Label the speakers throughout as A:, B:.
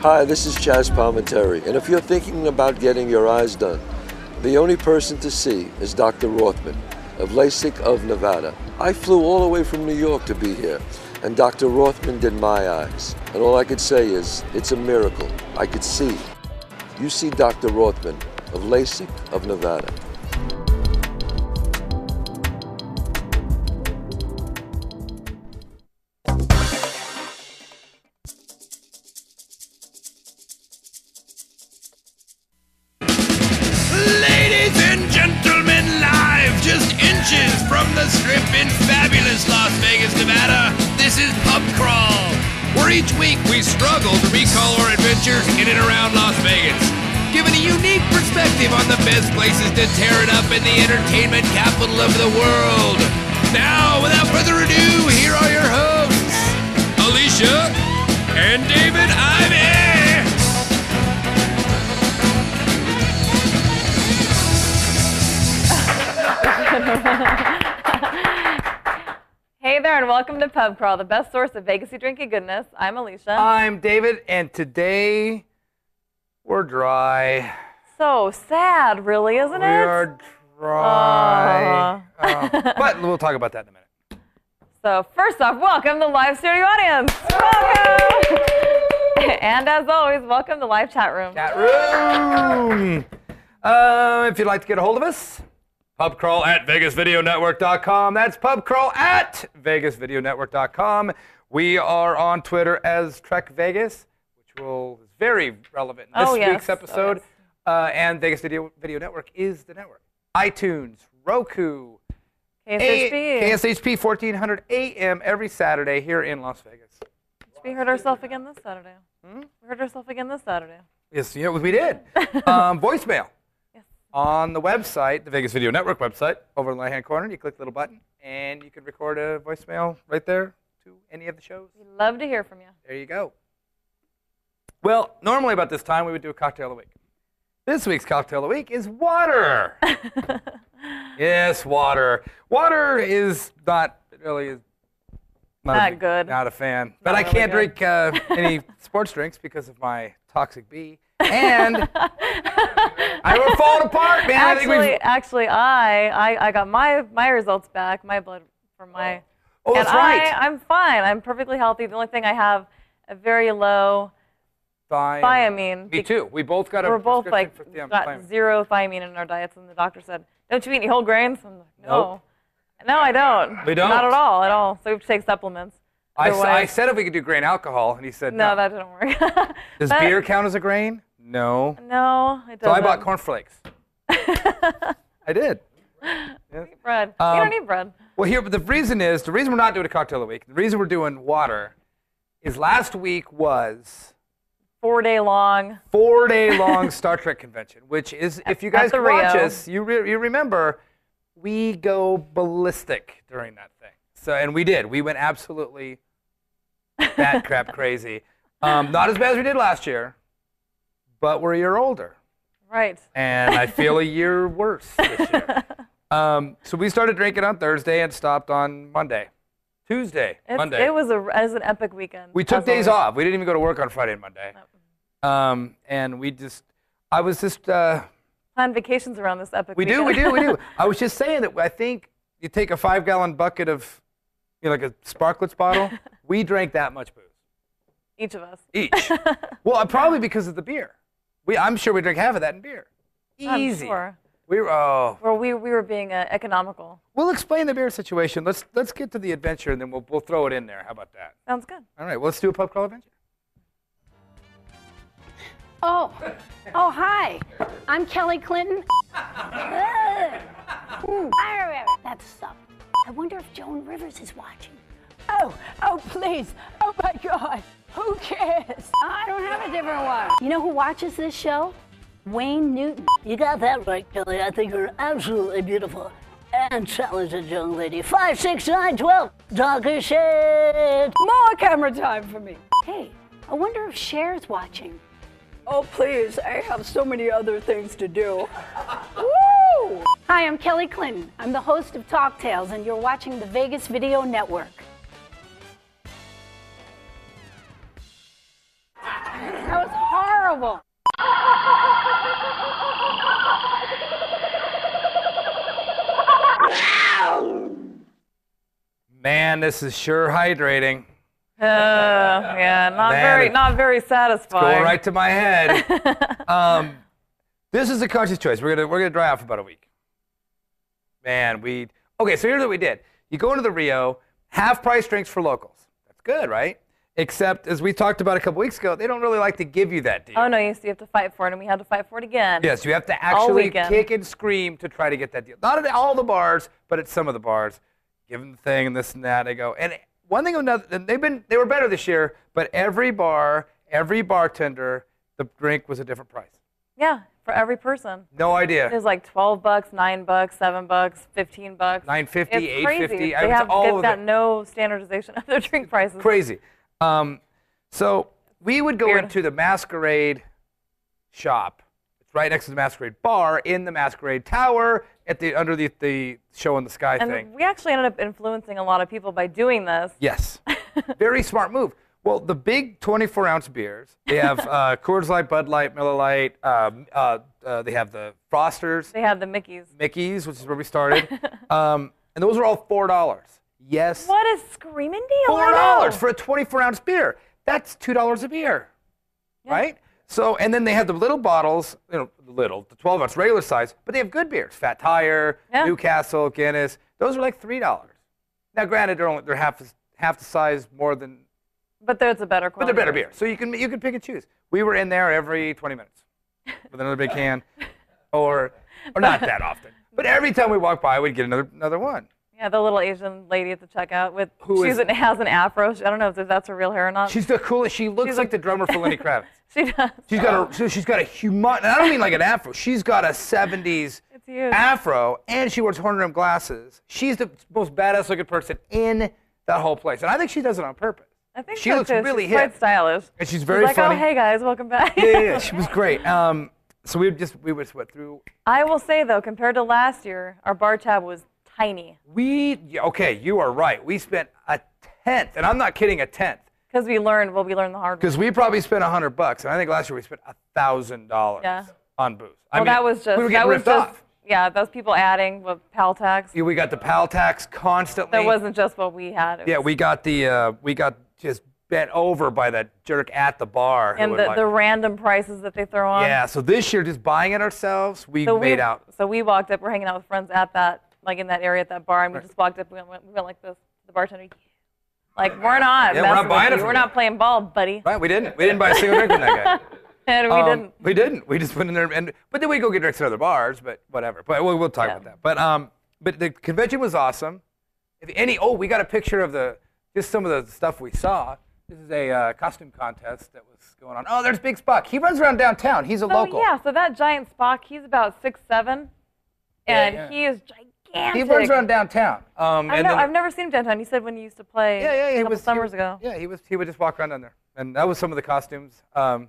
A: Hi, this is Chaz Palminteri, and if you're thinking about getting your eyes done, the only person to see is Dr. Rothman of LASIK of Nevada. I flew all the way from New York to be here, and Dr. Rothman did my eyes. And all I could say is, it's a miracle. I could see. You see Dr. Rothman of LASIK of Nevada.
B: Ladies and gentlemen, live just inches from the strip in fabulous Las Vegas, Nevada, this is Pub Crawl, where each week we struggle to recall our adventures in and around Las Vegas, giving a unique perspective on the best places to tear it up in the entertainment capital of the world. Now, without further ado, here are your hosts, Alicia and David Ivey.
C: Hey there, and welcome to Pub Crawl, the best source of Vegasy drinking goodness. I'm Alicia.
D: I'm David, and today we're dry.
C: so sad, really, isn't
D: We
C: it? Uh-huh.
D: are dry. Uh, but we'll talk about that in a minute.
C: So first off, welcome the live studio audience. Welcome. and as always, welcome the live chat room.
D: Chat room. Uh, if you'd like to get a hold of us, pubcrawl at vegasvideonetwork.com. That's pubcrawl at vegasvideonetwork.com. We are on Twitter as Trek Vegas, which will is very relevant in this
C: Oh, yes.
D: week's
C: Oh,
D: episode.
C: yes.
D: uh, and Vegas Video, Video Network is the network. iTunes, Roku,
C: KSHB.
D: KSHP 1400 AM every Saturday here in Las Vegas.
C: We heard herself again this Saturday.
D: Hmm?
C: We heard herself again this Saturday.
D: Yes, you know, we did. um, voicemail. On the website, the Vegas Video Network website, over in the right-hand corner, you click the little button, and you can record a voicemail right there to any of the shows.
C: We'd love to hear from you.
D: There you go. Well, normally about this time, we would do a cocktail of the week. This week's cocktail of the week is water. yes, water. Water is not really is not, a
C: Not
D: big-
C: good.
D: Not a fan. But I
C: really
D: can't
C: good.
D: drink uh, any sports drinks because of my toxic B. And I we're falling apart, man. I
C: actually,
D: think we
C: actually, I, I I got my my results back. My blood for my.
D: Oh, that's
C: and
D: right.
C: I, I'm fine. I'm perfectly healthy. The only thing I have a very low
D: Thiam-
C: thiamine.
D: Me
C: bec-
D: too. We both got a
C: We're both like
D: prescription for thiam-
C: got
D: thiamine.
C: zero thiamine in our diets, and the doctor said, "Don't you eat any whole grains?" I'm like, "No,
D: Nope.
C: no, I don't.
D: We don't.
C: Not at all, at all. So we have to take supplements.
D: I, s- I
C: Otherwise-
D: said if we could do grain alcohol, and he said
C: no,
D: no.
C: that didn't work.
D: Does
C: that-
D: beer count as a grain? No.
C: no, it doesn't.
D: So I bought cornflakes. I did.
C: bread. you
D: Um,
C: don't need bread.
D: Well, here, but the reason is the reason we're not doing a cocktail of the week, the reason we're doing water is last week was
C: Four day long.
D: four day long Star Trek convention, which is, if you
C: At- at
D: guys
C: the
D: can watch
C: Rio.
D: us, you, re- you remember we go ballistic during that thing. So, and we did. We went absolutely bat crap crazy. Um, not as bad as we did last year, but we're a year older
C: Right.
D: and I feel a year worse this year. Um, so we started drinking on Thursday and stopped on Monday, Tuesday,
C: It's,
D: Monday.
C: It was a, as an epic weekend.
D: we took
C: as
D: days
C: always.
D: off. We didn't even go to work on Friday and Monday. Um, and we just, I was just, uh,
C: Plan vacations around this epic.
D: we do, we do,
C: weekend.
D: we do. I was just saying that I think you take a five gallon bucket of, you know, like a sparklets bottle. we drank that much booze
C: Each of us.
D: each. well, uh, probably because of the beer. We, I'm sure we drank half of that in beer.
C: I'm
D: Easy.
C: sure.
D: We were, oh,
C: Where we, we were being uh, economical.
D: We'll explain the beer situation. Let's let's get to the adventure, and then we'll we'll throw it in there. How about that?
C: Sounds good.
D: All right, well, let's do a pub crawl adventure.
E: Oh, oh, hi. I'm Kelly Clinton. Ugh. Mm. That sucked. I wonder if Joan Rivers is watching. Oh, oh, please. Oh, my God. Who cares? I don't have a different one. You know who watches this show? Wayne Newton.
F: You got that right, Kelly. I think you're absolutely beautiful and talented young lady. Five, six, nine, twelve. Doggy shit.
E: More camera time for me. Hey, I wonder if Cher's watching.
G: Oh, please, I have so many other things to do.
E: Woo! Hi, I'm Kelly Clinton. I'm the host of Talk Tales, and you're watching the Vegas Video Network. That was horrible.
D: Man, this is sure hydrating.
C: Uh, yeah, not
D: Man,
C: very,
D: Oh, it-
C: not very satisfying.
D: Going right to my head. um, this is a conscious choice. We're gonna we're gonna dry out for about a week. Man, we okay. So here's what we did. You go into the Rio, half price drinks for locals. That's good, right? Except as we talked about a couple weeks ago, they don't really like to give you that deal.
C: Oh no, you used to have to fight for it, and we had to fight for it again.
D: Yes, you have to actually
C: weekend.
D: kick and scream to try to get that deal. Not at all the bars, but at some of the bars. Give them the thing and this and that. They go and one thing or another. and They've been they were better this year, but every bar, every bartender, the drink was a different price.
C: Yeah, for every person.
D: No idea.
C: It was like 12 bucks, 9 bucks, 7 bucks, 15 bucks.
D: 9.50,
C: It's crazy.
D: 8.50,
C: They
D: it's
C: have
D: all
C: they've
D: of
C: got
D: it.
C: no standardization of their drink prices.
D: crazy. Um, so we would go
C: Weird.
D: into the masquerade shop. It's right next to the masquerade bar in the masquerade tower at the under the, the show in the sky
C: And
D: thing.
C: we actually ended up influencing a lot of people by doing this.
D: Yes. Very smart move. Well, the big 24 ounce beers, they have uh, Coors Light, Bud Light, Miller Light, um, uh, uh, they have the Frosters,
C: They had the Mickeys.
D: Mickey's, which is where we started. um, and those are all $4. Yes.
C: What a screaming deal! I
D: Four
C: know.
D: dollars for a 24 ounce beer. That's two dollars a beer, right? So, and then they have the little bottles, you know, the little, the 12 ounce regular size, but they have good beers, Fat Tire,
C: Yeah.
D: Newcastle, Guinness. Those are like three dollars. Now, granted, they're only they're half the- half the size more than,
C: But there's a better
D: but
C: quality.
D: they're better beer. So you can you can pick and choose. We were in there every 20 minutes with another big can, or or not that often, but every time we walked by, we'd get another another one.
C: Yeah, the little Asian lady at the checkout with
D: Who
C: she's
D: is-
C: an, has an afro. She- I don't know if that's her real hair or not.
D: She's the coolest. She looks
C: She's a-
D: like the drummer for Lenny Kravitz.
C: she does.
D: She's got a so she's got a humongous. I don't mean like an afro. She's got a 70s
C: It's huge.
D: afro, and she wears horn rimmed glasses. She's the most badass looking person in that whole place, and I think she does it on purpose.
C: I think
D: she
C: so
D: looks
C: too.
D: really
C: she's
D: hip.
C: quite stylish.
D: And she's very
C: like,
D: funny.
C: oh hey guys, welcome back.
D: Yeah, yeah, yeah, she was great. Um, so we would just we would sweat through.
C: I will say though, compared to last year, our bar tab was tiny
D: We yeah, okay, you are right. We spent a tenth, and I'm not kidding, a tenth,
C: because we learned. Well, we learned the hard. way.
D: because we probably spent a hundred bucks, and I think last year we spent a thousand dollars
C: Yeah.
D: on booze. I
C: Well,
D: mean,
C: that was just
D: we were
C: that
D: getting
C: was
D: ripped
C: just
D: off.
C: yeah, those people adding with pal tax.
D: Yeah, We got the pal tax constantly.
C: That wasn't just what we had. It
D: Yeah,
C: was-
D: we got the uh, we got just bent over by that jerk at the bar. who
C: and
D: would
C: the,
D: like-
C: the random prices that they throw on.
D: yeah. So this year, just buying it ourselves, we
C: So
D: made
C: we,
D: out.
C: So we walked up. We're hanging out with friends at that, like in that area at that bar, and we just walked up. We went, we went like this. to The bartender, like we're not.
D: Yeah, we're not
C: messing with
D: buying it
C: you.
D: from
C: We're
D: you."
C: not playing ball, buddy.
D: Right? We didn't. We didn't buy a single drink from that guy.
C: And we
D: Um,
C: didn't.
D: We didn't. We just went in there and but then we go get drinks at other bars. But whatever. But we'll, we'll talk
C: Yeah.
D: about that. But um, but the convention was awesome. If any, oh, we got a picture of the just some of the stuff we saw. This is a uh, costume contest that was going on. Oh, there's Big Spock. He runs around downtown. He's a
C: So
D: local.
C: Oh, yeah, so that giant Spock, he's about six seven, and
D: yeah.
C: he is gigantic.
D: He runs around downtown. Um,
C: I
D: and
C: know.
D: then-
C: I've never seen him downtown. You said when you used to play.
D: Yeah, yeah,
C: a
D: he
C: couple
D: was he
C: summers
D: was-
C: ago.
D: Yeah, he was. He would just walk around down there, and that was some of the costumes. Um,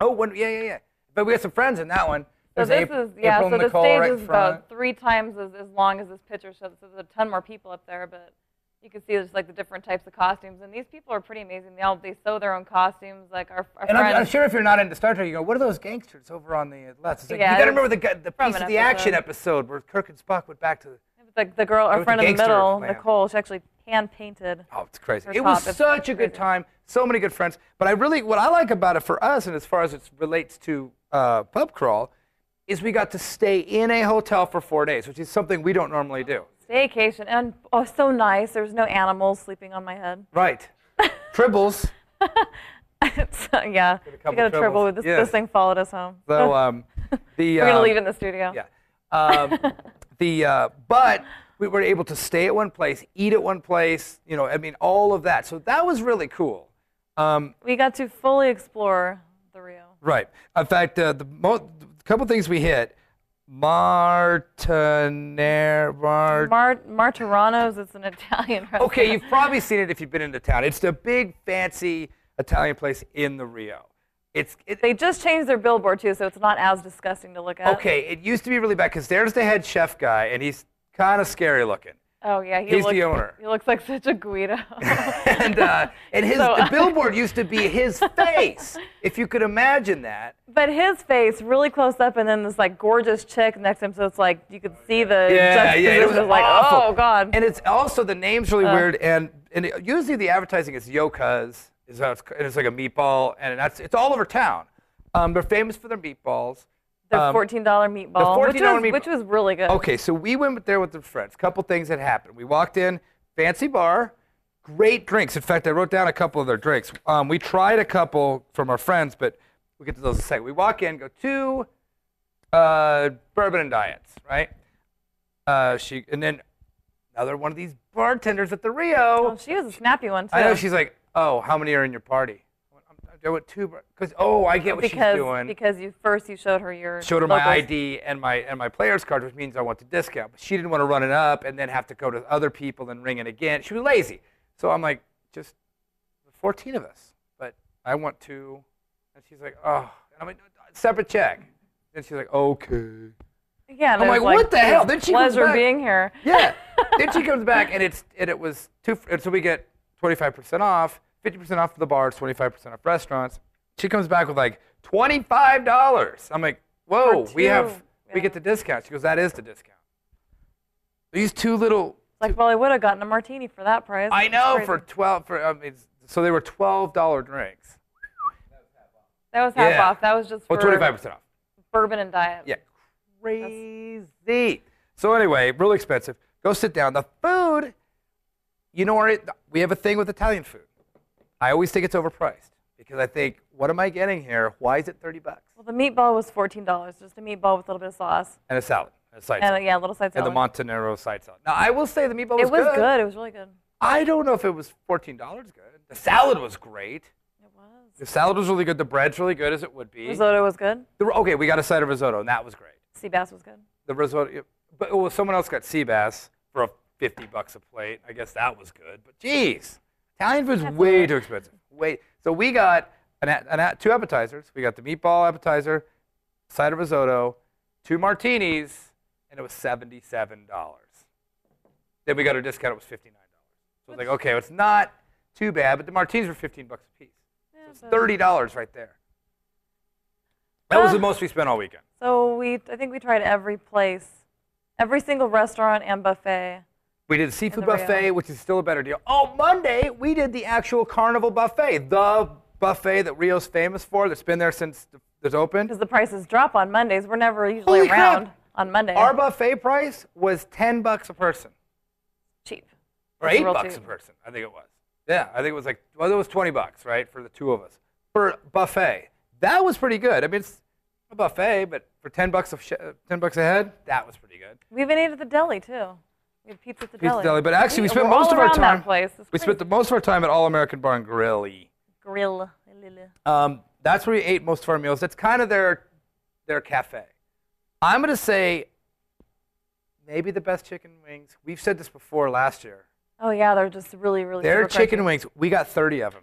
D: oh, one, yeah, yeah, yeah. But we got some friends in that one.
C: So
D: There's
C: this
D: April,
C: is yeah.
D: April
C: so
D: and Nicole
C: the stage
D: right
C: is
D: in front.
C: about three times as, as long as this picture shows. So there's a ton more people up there, but you can see there's like the different types of costumes. And these people are pretty amazing. They all they sew their own costumes. Like our, our
D: And I'm,
C: friends.
D: I'm sure if you're not into Star Trek, you go, "What are those gangsters over on the left?" It's like,
C: Yeah,
D: you got to
C: it's
D: remember the gu- the
C: from
D: piece
C: an
D: of the action
C: episode.
D: episode where Kirk and Spock went back to. the...
C: the, the girl, our
D: the
C: friend in the
D: gangster
C: middle,
D: man.
C: Nicole. She actually hand painted.
D: Oh, it's crazy.
C: Her
D: It was
C: top, it's
D: such a good
C: crazy.
D: time. So many good friends. But I really, what I like about it for us, and as far as it relates to uh, pub crawl, is we got to stay in a hotel for four days, which is something we don't normally do.
C: Vacation and oh, so nice. There's no animals sleeping on my head.
D: Right. Tribbles.
C: so, uh, yeah,
D: couple
C: we got a trouble
D: troubles.
C: with this.
D: Yes.
C: This thing followed us home.
D: So um, the
C: We're gonna
D: um,
C: leave it in the studio.
D: Yeah. Um, the uh, but we were able to stay at one place, eat at one place. You know, I mean, all of that. So that was really cool. Um,
C: We got to fully explore the Rio.
D: right. In fact, uh, the mo- the couple things we hit. Martiner. Mart-
C: Mar- Martirano's. It's an Italian restaurant.
D: okay, you've probably seen it if you've been into town. It's the big fancy Italian place in the Rio. It's it,
C: They uh, just changed their billboard too, so it's not as disgusting to look at.
D: Okay, it used to be really bad because there's the head chef guy, and he's kind of scary looking.
C: Oh yeah, he
D: He's
C: looks,
D: the owner.
C: He looks like such a Guido.
D: and uh, and his
C: So-
D: the billboard used to be his face. If you could imagine that.
C: but his face really close up, and then this like gorgeous chick next to him, so it's like you could see the juxtaposition.
D: it was
C: like
D: awful.
C: oh god. Uh.
D: And it's also the name's really weird, and and it- usually the advertising is Yoka's, is how it's, c- and it's like a meatball, and that's it's all over town. Um, they're famous for their meatballs.
C: the
D: um,
C: fourteen dollar meatball, which
D: $14
C: was
D: meatball.
C: which was really good.
D: Okay, so we went there with the friends. Couple things that happened. We walked in, fancy bar, great drinks. In fact, I wrote down a couple of their drinks. Um, we tried a couple from our friends, but we'll get to those in a second. We walk in, go two uh, bourbon and diets, right? Uh, she and then another one of these bartenders at the Rio.
C: Well, she was a snappy one too.
D: I know she's like, oh, how many are in your party? I went, "I'm- I went two because oh, I get what
C: because
D: she's doing
C: because you first you showed her your
D: showed her my
C: locals.
D: ID and my and my player's card, which means I want the discount. But she didn't want to run it up and then have to go to other people and ring it again. She was lazy. So I'm like, just the 14 of us, but I want to. And she's like, oh, and I'm like, separate check. And she's like, okay.
C: Yeah, and
D: I'm
C: it was
D: like, what the hell? Then she comes
C: pleasure
D: back-
C: being here.
D: Yeah. then she comes back and it's and it was two. And so we get 25% off, 50% off the bars, 25% off restaurants. She comes back with like $25. I'm like, whoa,
C: For
D: we have
C: two,
D: we get the
C: yeah.
D: discount. She goes, that is the discount. These two little.
C: Like, well, I would have gotten a martini for that price.
D: I
C: It's
D: know
C: crazy.
D: for 12 for um, it's, so they were $12 drinks.
C: that was half
D: yeah.
C: off. That was just for
D: Well, 25% off.
C: bourbon and diet.
D: Yeah. Crazy. So anyway, real expensive. Go sit down. The food, you know, our, we have a thing with Italian food. I always think it's overpriced because I think, what am I getting here? Why is it 30 bucks?
C: Well, the meatball was fourteen dollars. Just a meatball with a little bit of sauce
D: And a salad. And a side
C: and uh,
D: salad.
C: yeah, a little side
D: And
C: salad.
D: the Montanero side salad. Now, I will say the meatball was,
C: it was good. It was really good.
D: I don't know if it was $14 good. The salad was great.
C: It was.
D: The salad was really good. The bread's really good as it would be.
C: Risotto was good.
D: The- okay, we got a side of risotto, and that was great.
C: Sea bass was good.
D: the risotto. yeah, But well, someone else got sea bass for a fifty bucks a plate. I guess that was good. But geez, Italian food's way too expensive. Way. So we got an, a- an, a- two appetizers. We got the meatball appetizer, side of risotto, two martinis, and it was seventy-seven dollars. Then we got our discount. It was fifty-nine dollars. So I was like, okay, it's not too bad. But the martinis were fifteen bucks a piece. So it's thirty dollars right there. That was the
C: Ah.
D: most we spent all weekend.
C: So we, I think we tried every place, every single restaurant and buffet.
D: We did seafood
C: the
D: buffet,
C: Rio.
D: which is still a better deal. Oh, Monday we did the actual carnival buffet, the buffet that Rio's famous for. That's been there since th- it's opened.
C: Because the prices drop on Mondays. We're never usually
D: Holy crap.
C: around on Monday.
D: Our buffet price was ten bucks a person,
C: cheap.
D: or
C: It's
D: eight
C: real
D: bucks
C: cheap.
D: a person. I think it was. Yeah, I think it was like well, it was twenty bucks, right, for the two of us for buffet. That was pretty good. I mean, it's a buffet, but for ten bucks of sh- uh, ten bucks a head, that was pretty good.
C: We even ate at the deli too. We had pizza at the
D: Pizza
C: deli.
D: deli, but actually we
C: We're
D: spent
C: all
D: most of our
C: around
D: time.
C: That place. It's
D: we spent the
C: crazy.
D: most of our time at All American Bar and Grill.
C: grill.
D: Um, that's where we ate most of our meals. That's kind of their their cafe. I'm gonna say maybe the best chicken wings. We've said this before last year.
C: Oh yeah, they're just really really.
D: Their
C: super
D: chicken
C: crunchy.
D: wings, we got 30 of them.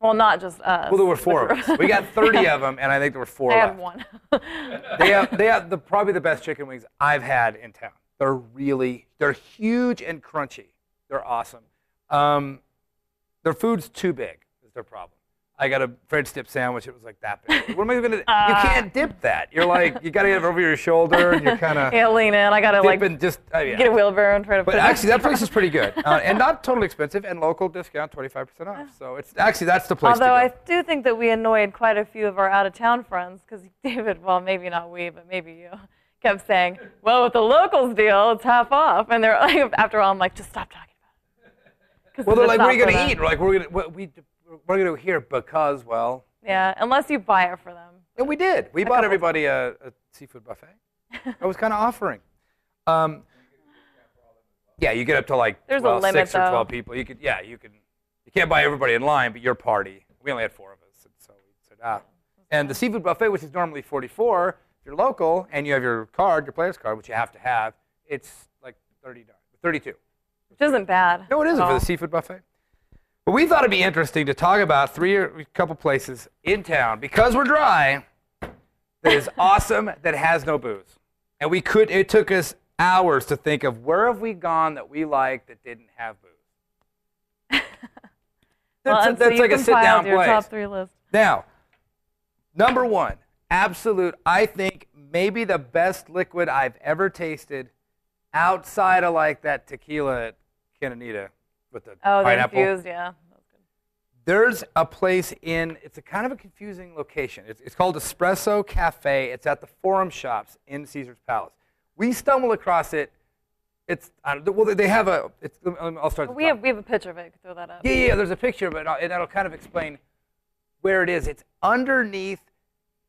C: Well, not just us.
D: Well, there were four of
C: The
D: us.
C: group.
D: We got 30 of them, and I think there were four
C: I
D: left.
C: had one.
D: They have they have the probably the best chicken wings I've had in town. They're really they're huge and crunchy. They're awesome. Um, their food's too big is their problem. I got a French dip sandwich. It was like that big. What am I gonna? do? you
C: Uh,
D: can't dip that. You're like you gotta get it over your shoulder and you're kind of
C: yeah, lean in. I gotta like
D: dipping just. oh, yeah.
C: get a wheelbarrow and try to.
D: But
C: put it-
D: actually, that place is pretty good uh, and not totally expensive and local discount 25% off. So it's actually that's the place.
C: Oh. Although
D: to go.
C: I do think that we annoyed quite a few of our out of town friends because David, well, maybe not we, but maybe you, kept saying, well, with the locals deal, it's half off. And they're like, after all, I'm like, just stop talking about it. 'Cause
D: well, they're
C: it's
D: like, what are you
C: not for
D: gonna
C: them."
D: eat? We're like, we're gonna what, we we're gonna go here because well.
C: Yeah, unless you buy it for them.
D: And we did. We bought everybody a, a seafood buffet. I was kind of offering. Um, yeah, you get up to like
C: There's a
D: well,
C: limit,
D: six or
C: though.
D: twelve people. You could, yeah, you can. You can't buy everybody in line, but your party. We only had four of us, and so we said ah. And the seafood buffet, which is normally forty-four, if you're local and you have your card, your player's card, which you have to have, it's like thirty dollars, thirty-two.
C: Which isn't bad.
D: No, it
C: at
D: isn't for
C: all.
D: the seafood buffet. But we thought it'd be interesting to talk about three or a couple places in town because we're dry that is awesome that has no booze. And we could it took us hours to think of where have we gone that we like that didn't have booze.
C: Well,
D: That's,
C: and so
D: that's
C: you
D: like a sit
C: compiled
D: down
C: your
D: place.
C: top three list.
D: Now, number one, absolute, I think maybe the best liquid I've ever tasted outside of like that tequila at Cananita with the
C: Oh, they're
D: pineapple.
C: infused, yeah. That's good.
D: There's a place in, it's a kind of a confusing location. It's, it's called Espresso Cafe. It's at the Forum Shops in Caesar's Palace. We stumble across it. It's, I don't, well, they have a, it's, I'll start. at the
C: We
D: top.
C: have we have a picture of it. Throw that up.
D: Yeah, yeah, there's a picture, but and that'll kind of explain where it is. It's underneath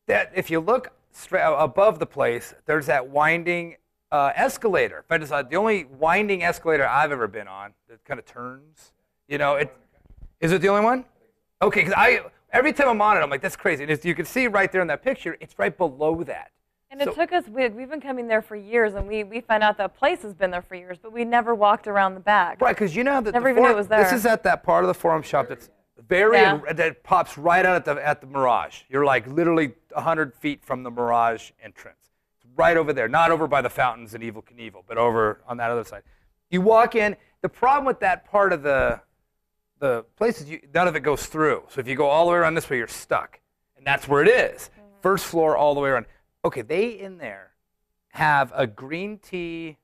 D: that. If you look stra- above the place, there's that winding uh, escalator. But it's uh, the only winding escalator I've ever been on that kind of turns. You know, it is it the only one? Okay, because I every time I'm on it, I'm like, that's crazy. And it's, you can see right there in that picture, it's right below that.
C: And it
D: So-
C: took us, we, we've been coming there for years, and we, we found out that place has been there for years, but we never walked around the back.
D: Right, because you know how the,
C: Never
D: the
C: even knew
D: forum-
C: it was
D: This
C: there.
D: is at that part of the forum shop that's very
C: Yeah.
D: that pops right out at the at the Mirage. You're like literally hundred feet from the Mirage entrance. It's right over there, not over by the fountains and Evil Knievel, but over on that other side. You walk in. The problem with that part of the the places you, none of it goes through. So if you go all the way around this way, you're stuck, and that's where it is.
C: Mm-hmm.
D: First floor, all the way around. Okay, they in there have a green tea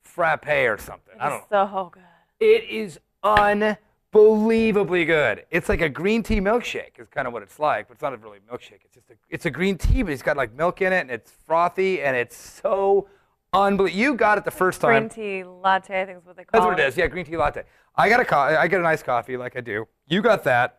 D: frappe or something. I don't know.
C: It's so oh, good.
D: It is unbelievably good. It's like a green tea milkshake. Is kind of what it's like, but it's not really a milkshake. It's just a, it's a green tea, but it's got like milk in it, and it's frothy, and it's so unbelievable. You got it the first
C: Green
D: time.
C: tea latte, I think is what they call
D: That's what it is. Yeah, green tea latte. I got a co- I get an iced coffee like I do. You got that.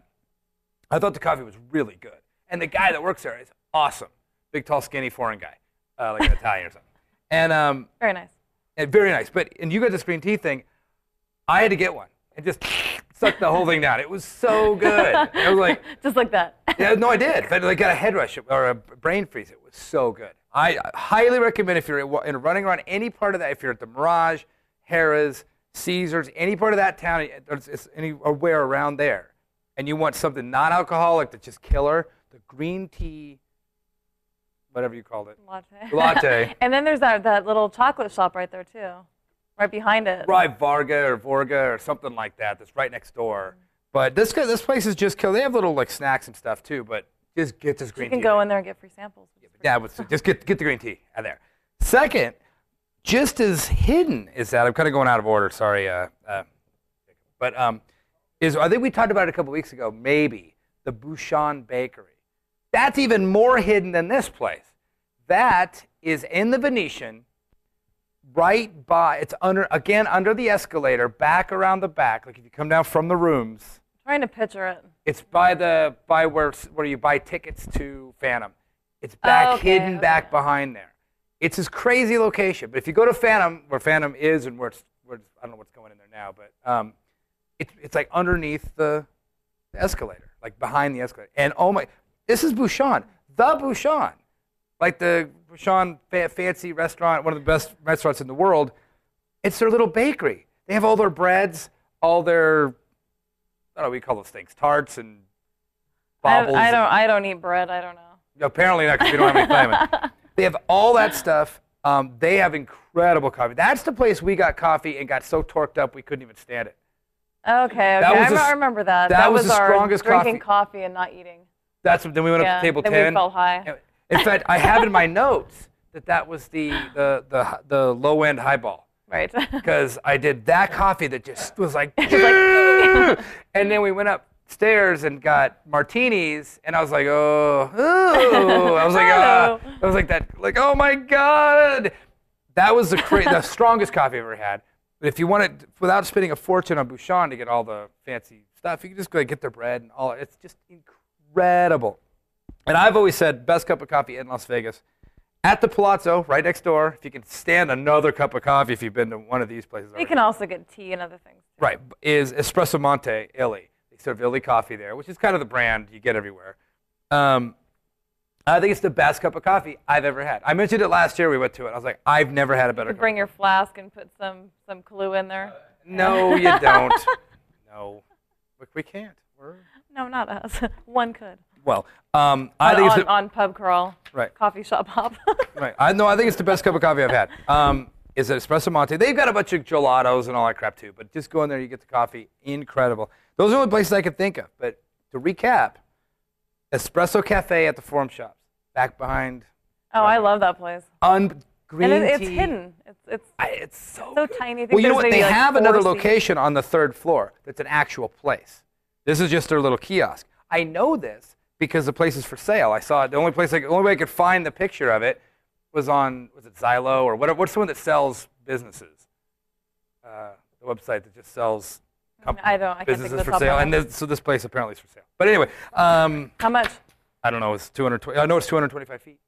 D: I thought the coffee was really good, and the guy that works there is awesome. Big, tall, skinny, foreign guy, uh, like an Italian or something. And um,
C: Very nice.
D: and very nice. But and you got this green tea thing. I had to get one and just suck the whole thing down. It was so good. I was like,
C: Just like that.
D: yeah, no, I did. But I got a head rush or a brain freeze. It was so good. I highly recommend if you're in running around any part of that, if you're at the Mirage, Harrah's, Caesars, any part of that town, it's, it's anywhere around there, and you want something non-alcoholic that's just killer, the green tea, whatever you called it,
C: Latte.
D: Latte.
C: and then there's that, that little chocolate shop right there, too, right behind it.
D: Right, Varga or Vorga or something like that. That's right next door. But this guy, this place is just killer. They have little like snacks and stuff too. But just get this green
C: You can
D: tea.
C: go in there and get free samples. which is pretty
D: Yeah, but just get get the green tea out of there. Second, just as hidden is that I'm kind of going out of order. Sorry, uh, uh, but um, is I think we talked about it a couple weeks ago. Maybe the Bouchon Bakery. That's even more hidden than this place. That is in the Venetian, right by. It's under again under the escalator, back around the back. Like if you come down from the rooms,
C: Trying to picture it.
D: it's by the by where where you buy tickets to Phantom. It's back
C: Oh, okay,
D: hidden
C: okay.
D: back behind there. It's this crazy location. But if you go to Phantom, where Phantom is and where it's where it's, I don't know what's going in there now, but um, it's it's like underneath the, the escalator, like behind the escalator. And oh my, this is Bouchon, the Bouchon, like the Bouchon fa- fancy restaurant, one of the best restaurants in the world. It's their little bakery. They have all their breads, all their I don't know what do you call those things, tarts and
C: I,
D: bobbles.
C: I
D: and-
C: don't. I don't eat bread. I don't know.
D: Apparently not, because we don't have any climate. They have all that stuff. Um, they have incredible coffee. That's the place we got coffee and got so torqued up we couldn't even stand it.
C: Okay. okay.
D: That was
C: I
D: the s-
C: re- remember that.
D: that was the
C: our
D: strongest
C: drinking
D: coffee-
C: coffee. and not eating.
D: That's then we went up
C: Yeah,
D: to table
C: then we
D: ten.
C: felt high.
D: In fact, I have in my notes that that was the the the, the low end highball
C: Right.
D: because I did that coffee that just was like, "Yeah!" and then we went upstairs and got martinis, and I was like, oh, oh. I was like, ah.
C: Oh.
D: I was like that, like, oh my god, that was the cra- the strongest coffee I've ever had. But if you want it without spending a fortune on Bouchon to get all the fancy stuff, you can just go get their bread and all. It's just incredible. And I've always said best cup of coffee in Las Vegas at the Palazzo, right next door. If you can stand another cup of coffee, if you've been to one of these places,
C: we
D: already.
C: can also get tea and other things. too.
D: right? Is Espresso Monte Illy? They serve Illy coffee there, which is kind of the brand you get everywhere. Um, I think it's the best cup of coffee I've ever had. I mentioned it last year. We went to it. I was like, I've never had a better.
C: You
D: cup
C: bring your flask and put some some clue in there.
D: No, you don't. no, we, we can't. We're
C: No, not us. One could.
D: well. Um, I
C: on,
D: think it's
C: on,
D: the,
C: on pub crawl.
D: Right.
C: Coffee shop hop.
D: right. I know. I think it's the best cup of coffee I've had. Um, is an espresso latte. They've got a bunch of gelatos and all that crap too, but just go in there, you get the coffee. Incredible. Those are the only places I could think of. But to recap, Espresso Cafe at the Forum Shops, back behind
C: Oh, I love that place.
D: un- green
C: And it, it's
D: tea.
C: hidden. It's it's
D: I- it's so,
C: so
D: good.
C: tiny. I think
D: Well, you
C: there's
D: know what?
C: maybe
D: They
C: like
D: have
C: four
D: another
C: seats.
D: location on the third floor that's an actual place. This is just their little kiosk. I know this because the place is for sale. I saw it. The only place, I, the only way I could find the picture of it was on was it Xylo or whatever. What's the one that sells businesses? Uh, the website that just sells comp-
C: I don't- I can't think of
D: businesses
C: the
D: for
C: top of
D: sale.
C: my
D: And
C: head.
D: this, so this place apparently is for sale. But anyway, um,
C: How much?
D: I don't know. It's 220. I know it's 225 feet.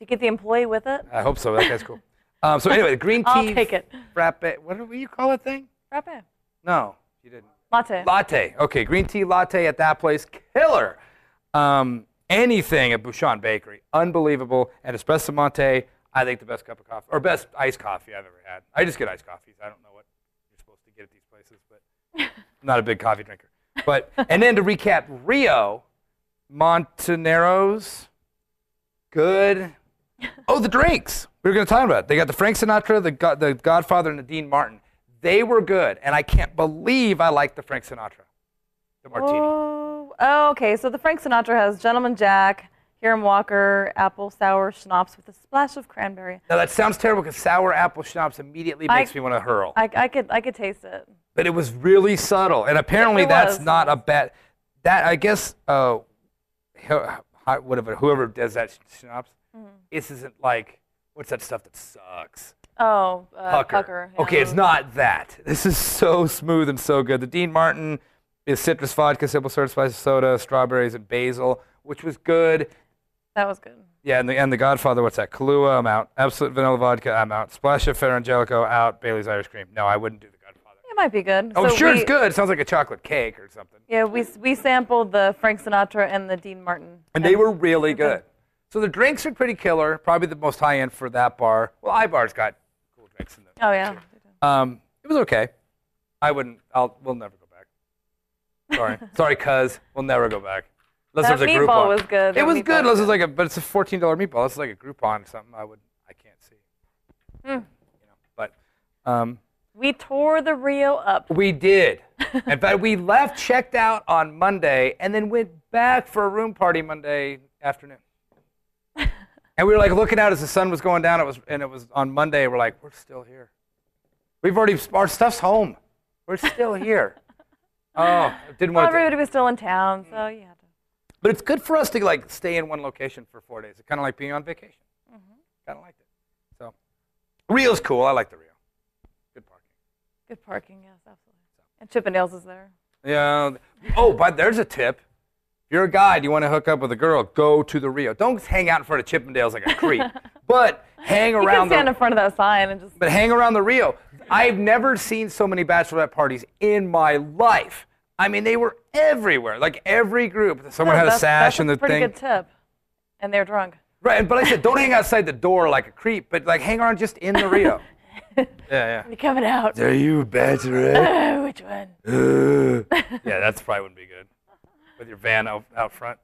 C: To get the employee with it?
D: I hope so. That guy's cool. Um, so anyway, the green tea
C: I'll take it.
D: frappe. What do you call that thing?
C: Frappe.
D: No, you didn't.
C: Latte.
D: Latte. Okay, green tea latte at that place. Killer. Um, anything at Bouchon Bakery. Unbelievable. And Espresso Monte, I think the best cup of coffee, or best iced coffee I've ever had. I just get iced coffees. I don't know what you're supposed to get at these places, but I'm not a big coffee drinker. But And then to recap, Rio, Montaneros, good. Oh, the drinks. We were going to talk about it. They got the Frank Sinatra, the, God, the Godfather, and the Dean Martin. They were good, and I can't believe I liked the Frank Sinatra, the martini.
C: Oh, oh, okay. So the Frank Sinatra has Gentleman Jack, Hiram Walker, apple sour schnapps with a splash of cranberry.
D: Now that sounds terrible because sour apple schnapps immediately
C: I-
D: makes me want to hurl.
C: I, I could I could taste it.
D: but it was really subtle, and apparently
C: It
D: that's
C: was.
D: not a bad. That I guess, uh, who- hi- whatever, whoever does that sch- schnapps,
C: Mm-hmm.
D: this isn't like what's that stuff that sucks.
C: Oh, uh,
D: Pucker.
C: yeah.
D: Okay, it's not that. This is so smooth and so good. The Dean Martin is citrus vodka, simple syrup, spice soda, strawberries, and basil, which was good.
C: That was good.
D: Yeah, and the, and the Godfather, what's that? Kahlua, I'm out. Absolute vanilla vodka, I'm out. Splash of Fair Angelico, out. Bailey's Irish Cream. No, I wouldn't do the Godfather.
C: It might be good.
D: Oh,
C: So
D: sure,
C: we-
D: it's good. sounds like a chocolate cake or something.
C: Yeah, we we sampled the Frank Sinatra and the Dean Martin.
D: And they were really
C: Okay.
D: good. So the drinks are pretty killer. Probably the most high end for that bar. Well, iBar's got cool drinks in them.
C: Oh yeah.
D: Um, it was okay. I wouldn't. I'll. We'll never go back. Sorry. Sorry, cuz we'll never go back. Unless
C: That
D: there's a
C: meatball
D: Groupon.
C: was good.
D: It
C: That
D: was
C: meatball
D: good. Unless
C: was
D: it's like a, but it's a fourteen dollar meatball. It's like a Groupon or something. I would. I can't see.
C: Hmm.
D: You know, but um,
C: We tore the Rio up.
D: we did. In fact, we left, checked out on Monday, and then went back for a room party Monday afternoon. and we were like looking out as the sun was going down. It was, and it was on Monday. We're like, we're still here. We've already our stuff's home. We're still here. oh, I didn't
C: Well,
D: want to.
C: everybody was still in town, so you had to.
D: But it's good for us to like stay in one location for four days. It's kind of like being on vacation. Kind of liked it. So, Rio's cool. I like the Rio. Good parking.
C: Good parking, yes, absolutely. And Chippendales is there.
D: Yeah. Oh, but there's a tip. If you're a guy, and you want to hook up with a girl, go to the Rio. Don't hang out in front of Chippendales like a creep, but hang
C: You can
D: around
C: stand
D: the
C: in front of that sign and just.
D: but hang around the Rio. I've never seen so many bachelorette parties in my life. I mean, they were everywhere. Like every group, someone had a
C: that's,
D: sash
C: that's
D: and the
C: pretty
D: thing.
C: good tip. And they're drunk.
D: Right, but I said don't hang outside the door like a creep, but like hang around just in the Rio. yeah, yeah.
C: You're coming out.
A: Are you bachelorette?
C: Oh, which one?
D: Yeah, that's probably wouldn't be good with your van out, out front.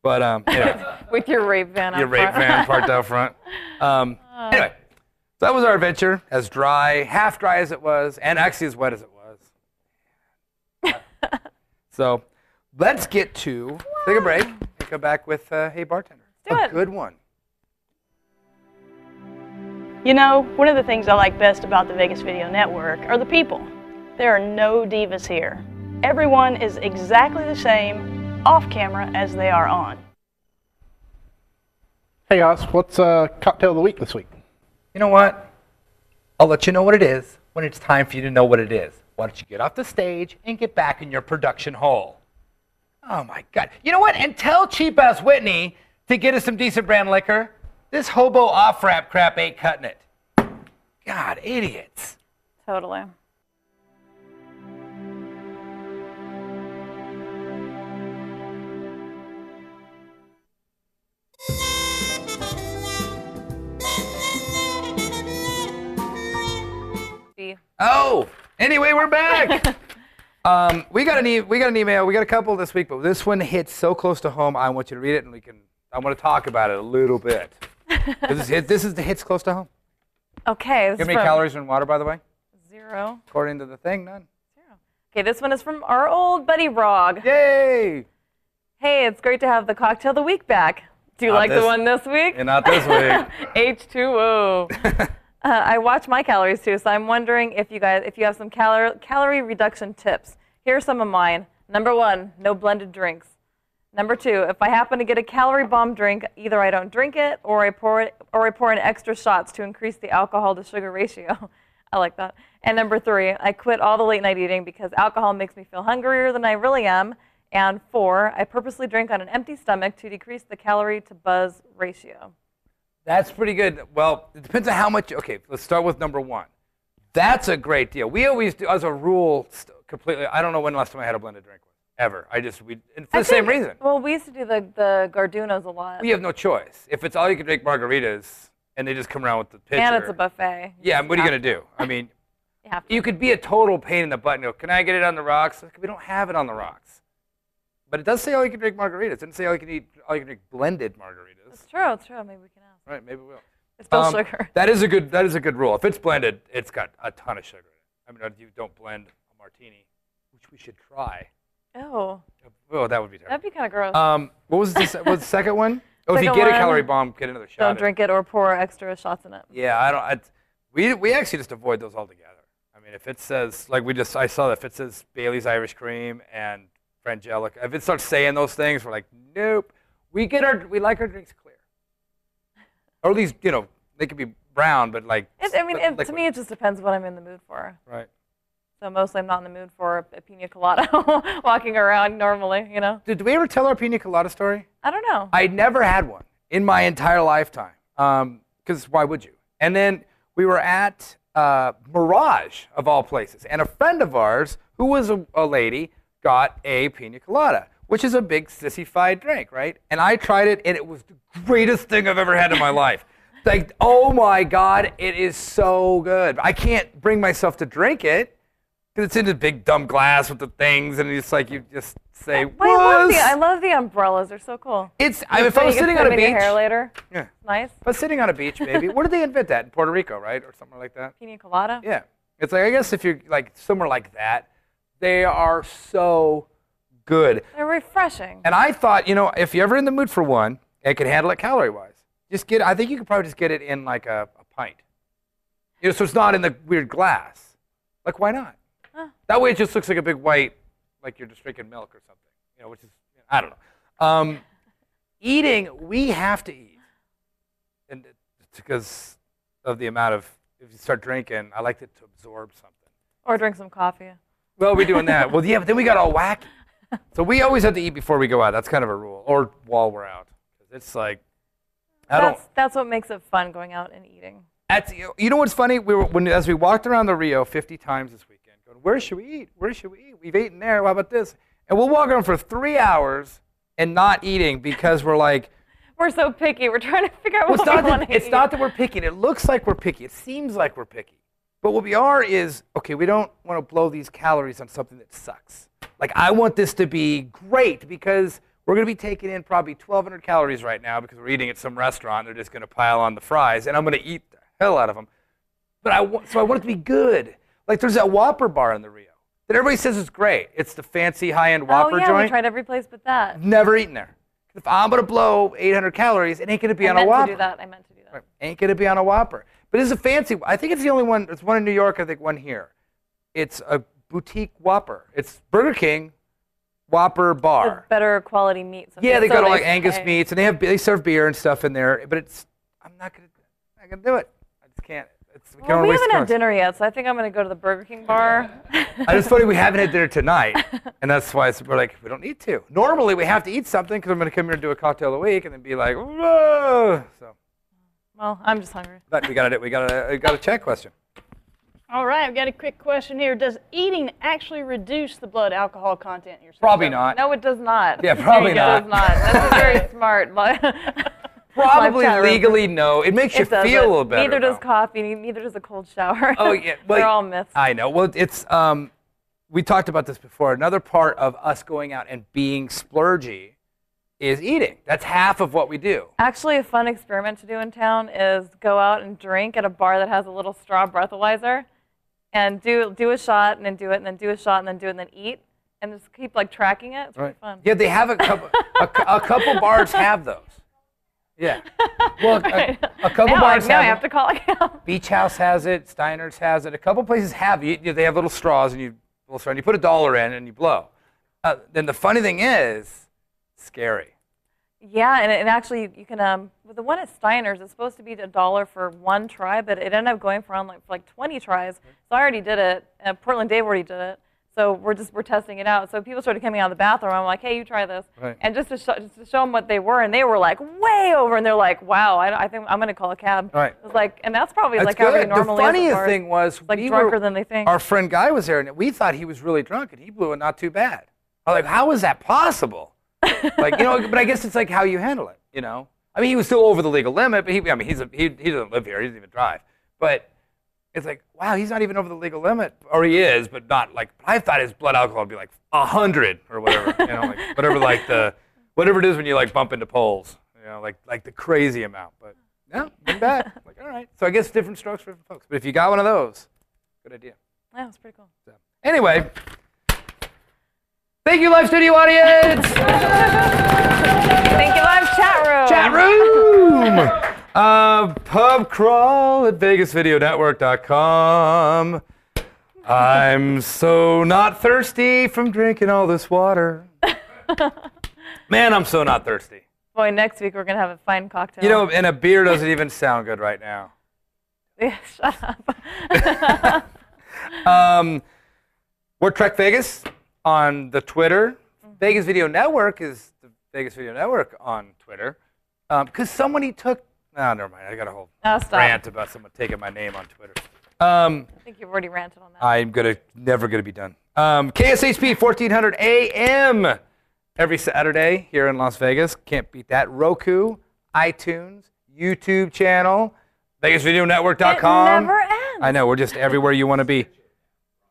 D: But um, anyway.
C: With your rape van. out
D: your rape
C: front.
D: van parked out front. Um,
C: Uh.
D: anyway, so that was our adventure, as dry, half dry as it was, and actually as wet as it was. so let's get to take a break and come back with uh, Hey Bartender.
C: Let's do
D: a
C: it.
D: good one.
H: You know, one of the things I like best about the Vegas Video Network are the people. There are no divas here. Everyone is exactly the same off camera as they are on.
I: Hey guys, what's uh, cocktail of the week this week?
D: You know what? I'll let you know what it is when it's time for you to know what it is. Why don't you get off the stage and get back in your production hole? Oh my God. You know what? And tell cheap ass Whitney to get us some decent brand liquor. This hobo off ramp crap ain't cutting it. God, idiots.
C: Totally. B.
D: Oh, anyway, we're back. um, we got an e- we got an email. We got a couple this week, but this one hits so close to home. I want you to read it, and we can. I want to talk about it a little bit. this, is, this is the hits close to home.
C: Okay, this
D: Give
C: is
D: me
C: from
D: calories in water, by the way.
C: zero.
D: According to the thing, none.
C: Okay, this one is from our old buddy Rog.
D: Yay!
C: Hey, it's great to have the cocktail of the week back. Do you
D: Not
C: like
D: this-
C: the one this week?
D: And not this week.
C: H2O. uh, I watch my calories too, so I'm wondering if you guys, if you have some calor, calorie reduction tips. Here are some of mine. Number one, no blended drinks. Number two, if I happen to get a calorie bomb drink, either I don't drink it or I pour it or I pour in extra shots to increase the alcohol to sugar ratio. I like that. And number three, I quit all the late night eating because alcohol makes me feel hungrier than I really am. And four, I purposely drink on an empty stomach to decrease the calorie to buzz ratio.
D: That's pretty good. Well, it depends on how much. Okay, let's start with number one. That's a great deal. We always do, as a rule, st- completely. I don't know when last time I had a blended drink was ever. I just we and for
C: I
D: the same
C: think-
D: reason.
C: Well, we used to do the, the Gardunos a lot.
D: We have no choice. If it's all you can drink margaritas, and they just come around with the pitcher.
C: and it's a buffet.
D: Yeah, what are you gonna do? I mean,
C: You have to.
D: you could be a total pain in the butt and go, "Can I get it on the rocks?" Like, we don't have it on the rocks. But it does say all you can drink margaritas. It doesn't say all you can eat. All you can drink blended margaritas.
C: It's true, it's true. Maybe we can ask.
D: All right, maybe we'll.
C: It's still
D: Um,
C: sugar.
D: That is a good. That is a good rule. If it's blended, it's got a ton of sugar in it. I mean, you don't blend a martini, which we should try.
C: Oh,
D: Oh, that would be terrible.
C: that'd be kind of gross.
D: Um, what was the, se- what was the second one? Oh, if you
C: Second
D: get a
C: one,
D: calorie bomb, get another shot.
C: Don't
D: in it.
C: drink it or pour extra shots in it.
D: Yeah, I don't. I, we we actually just avoid those altogether. I mean, if it says like we just I saw that if it says Bailey's Irish Cream and Frangelica, if it starts saying those things, we're like, nope. We get our we like our drinks clear, or at least you know they could be brown, but like
C: It, I mean,
D: li-
C: it, to
D: liquid.
C: me, it just depends what I'm in the mood for.
D: right.
C: So mostly, I'm not in the mood for a pina colada walking around normally. You know,
D: Did we ever tell our pina colada story?
C: I don't know.
D: I never had one in my entire lifetime. Because why would you? And then we were at uh, Mirage, of all places. And a friend of ours, who was a, a lady, got a pina colada, which is a big sissified drink, right? And I tried it, and it was the greatest thing I've ever had in my life. Like, oh my God, it is so good. I can't bring myself to drink it. Because it's in this big dumb glass with the things, and it's like you just say,
C: But I love the
D: "Wuss."
C: I love the umbrellas. They're so cool.
D: It's I mean, if
C: So
D: I
C: you
D: was
C: can
D: sitting
C: put
D: on a
C: them in your hair
D: beach,
C: later.
D: Yeah.
C: It's nice.
D: if I was sitting on a beach, maybe. Where did they invent that? In Puerto Rico, right, or somewhere like that?
C: Pina colada.
D: Yeah, it's like I guess if you're like somewhere like that, they are so good.
C: They're refreshing.
D: And I thought, you know, if you're ever in the mood for one, it can handle it calorie wise. Just get. I think you could probably just get it in like a, a pint. You know, so it's not in the weird glass. Like, why not? That way, it just looks like a big white, like you're just drinking milk or something. You know, which is I don't know. Um, eating, we have to eat, and because of the amount of if you start drinking, I like it to absorb something.
C: Or drink some coffee.
D: Well, we're doing that. well, yeah, but then we got all wacky. So we always have to eat before we go out. That's kind of a rule, or while we're out. It's like I don't.
C: That's that's what makes it fun going out and eating.
D: That's, you know what's funny? We were, when, as we walked around the Rio 50 times this weekend, going, where should we eat? Where should we eat? We've eaten there. How about this? And we'll walk around for three hours and not eating because we're like,
C: We're so picky. We're trying to figure out
D: well, it's,
C: what
D: not
C: we want
D: that,
C: to
D: it's
C: eat.
D: not that we're picky. It looks like we're picky. It seems like we're picky. But what we are is, okay, we don't want to blow these calories on something that sucks. Like, I want this to be great because we're going to be taking in probably 1,200 calories right now because we're eating at some restaurant. They're just going to pile on the fries, and I'm going to eat the hell out of them. But I want, so I want it to be good. Like, there's that Whopper bar in the Rio that everybody says is great. It's the fancy high-end Whopper
C: oh yeah, we
D: joint.
C: tried every place but that.
D: Never eaten there. If I'm going to blow 800 calories, it ain't going to be
C: I
D: on a
C: meant
D: Whopper.
C: to do that. I meant to do that.
D: Ain't gonna be on a Whopper. But it's a fancy. I think it's the only one. There's one in New York. I think one here. It's a boutique Whopper. It's Burger King Whopper
C: With
D: bar.
C: better quality meat. so-
D: Yeah, they
C: so
D: got all like Angus
C: say.
D: meats, and they have they serve beer and stuff in there. But it's I'm not gonna not gonna do it. I just can't. It's, we
C: Well,
D: can't
C: we
D: waste
C: haven't had
D: calories.
C: dinner yet, so I think I'm going to go to the Burger King bar.
D: And it's funny we haven't had dinner tonight, and that's why it's, we're like we don't need to. Normally we have to eat something because I'm gonna come here and do a cocktail a week, and then be like, whoa. So,
C: well, I'm just hungry.
D: but we got it. We got a we got a check question.
H: All right, I've got a quick question here. Does eating actually reduce the blood alcohol content in your system?
D: Probably not.
C: No, it does not.
D: Yeah, probably
C: it
D: not.
C: does not. That's a very smart. li-
D: Probably
C: lifestyle reference.
D: legally no. It makes you
C: It doesn't.
D: feel a little better.
C: Neither does
D: though.
C: coffee. ne- Neither does a cold shower.
D: Oh yeah, well,
C: they're all myths.
D: I know. Well, it's um, we talked about this before. Another part of us going out and being splurgy is eating. That's half of what we do.
C: Actually, a fun experiment to do in town is go out and drink at a bar that has a little straw breathalyzer, and do do a shot and then do it and then do a shot and then do it and then eat and just keep like tracking it. It's pretty fun.
D: Yeah, they have a couple. a, cou- a couple bars have those. Yeah. Well, a, a couple
C: now,
D: bars
C: I, now I
D: have.
C: have to call again.
D: Beach House has it. Steiner's has it. A couple places have. You, you- they have little straws, and you little straw, and you put a dollar in, and you blow. Uh, then the funny thing is, scary.
C: yeah, and, and actually you, you can um with the one at Steiner's it's supposed to be a dollar for one try, but it ended up going for on like for like 20 tries.
D: Mm-hmm.
C: So I already did it. Uh, Portland Dave already did it. So we're just we're testing it out. So people started coming out of the bathroom. I'm like, hey, you try this,
D: Right.
C: and just to, show, just to show them what they were, and they were like way over, and they're like, wow, I, I think I'm gonna call a cab.
D: Right.
C: It was like, and that's probably
D: That's
C: like how
D: good.
C: it normally
D: the
C: is.
D: funniest
C: at bars.
D: thing was
C: like
D: we
C: drunker
D: were-
C: than they think.
D: Our friend Guy was there, and we thought he was really drunk, and he blew it not too bad. I'm like, how is that possible? like, you know, but I guess it's like how you handle it. You know, I mean, he was still over the legal limit, but he, I mean, he's a, he, he doesn't live here, he doesn't even drive. But it's like, wow, he's not even over the legal limit, or he is, but not like. I thought his blood alcohol would be like hundred or whatever, you know, like whatever, like the whatever it is when you like bump into poles, you know, like like the crazy amount. But no, been bad. like, all right. So I guess different strokes for different folks. But if you got one of those, good idea.
C: Yeah, it's pretty cool.
D: Anyway, thank you, live studio audience,
C: Thank you, live chat room.
D: chat room, uh, pub crawl at VegasVideoNetwork.com. I'm so not thirsty from drinking all this water. Man, I'm so not thirsty.
C: Boy, next week we're gonna have a fine cocktail.
D: You know, and a beer doesn't even sound good right now.
C: Yeah, shut up.
D: Um, we're Trek Vegas on the Twitter. Vegas Video Network is the Vegas Video Network on Twitter. Um, Because somebody took. No, never mind. I got a whole
C: No, stop.
D: rant about someone taking my name on Twitter. Um,
C: I think you've already ranted on that.
D: I'm gonna never gonna be done. Um, KSHP 1400 AM every Saturday here in Las Vegas. Can't beat that. Roku, iTunes, YouTube channel, VegasVideoNetwork.com.
C: It never ends.
D: I know. We're just everywhere you want to be.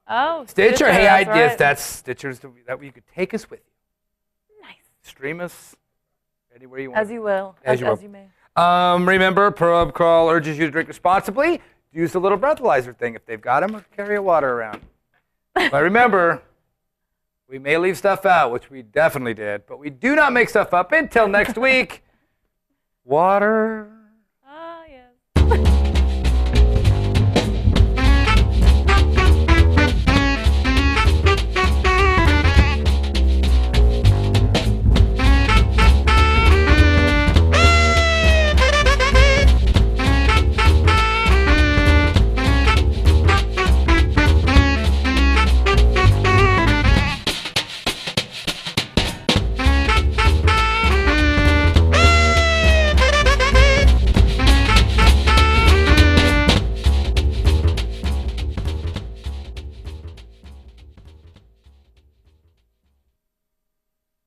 C: Oh,
D: Stitcher. Hey, I
C: that's
D: did.
C: right.
D: That's Stitcher's. the- That you could take us with you.
C: Nice.
D: Stream us anywhere you want.
C: As you will,
D: As
C: as,
D: you will.
C: as may.
D: Um, remember, Pub Crawl urges you to drink responsibly. Use the little breathalyzer thing if they've got them, or carry a water around. but remember, we may leave stuff out, which we definitely did, but we do not make stuff up until next week. Water.
C: Ah,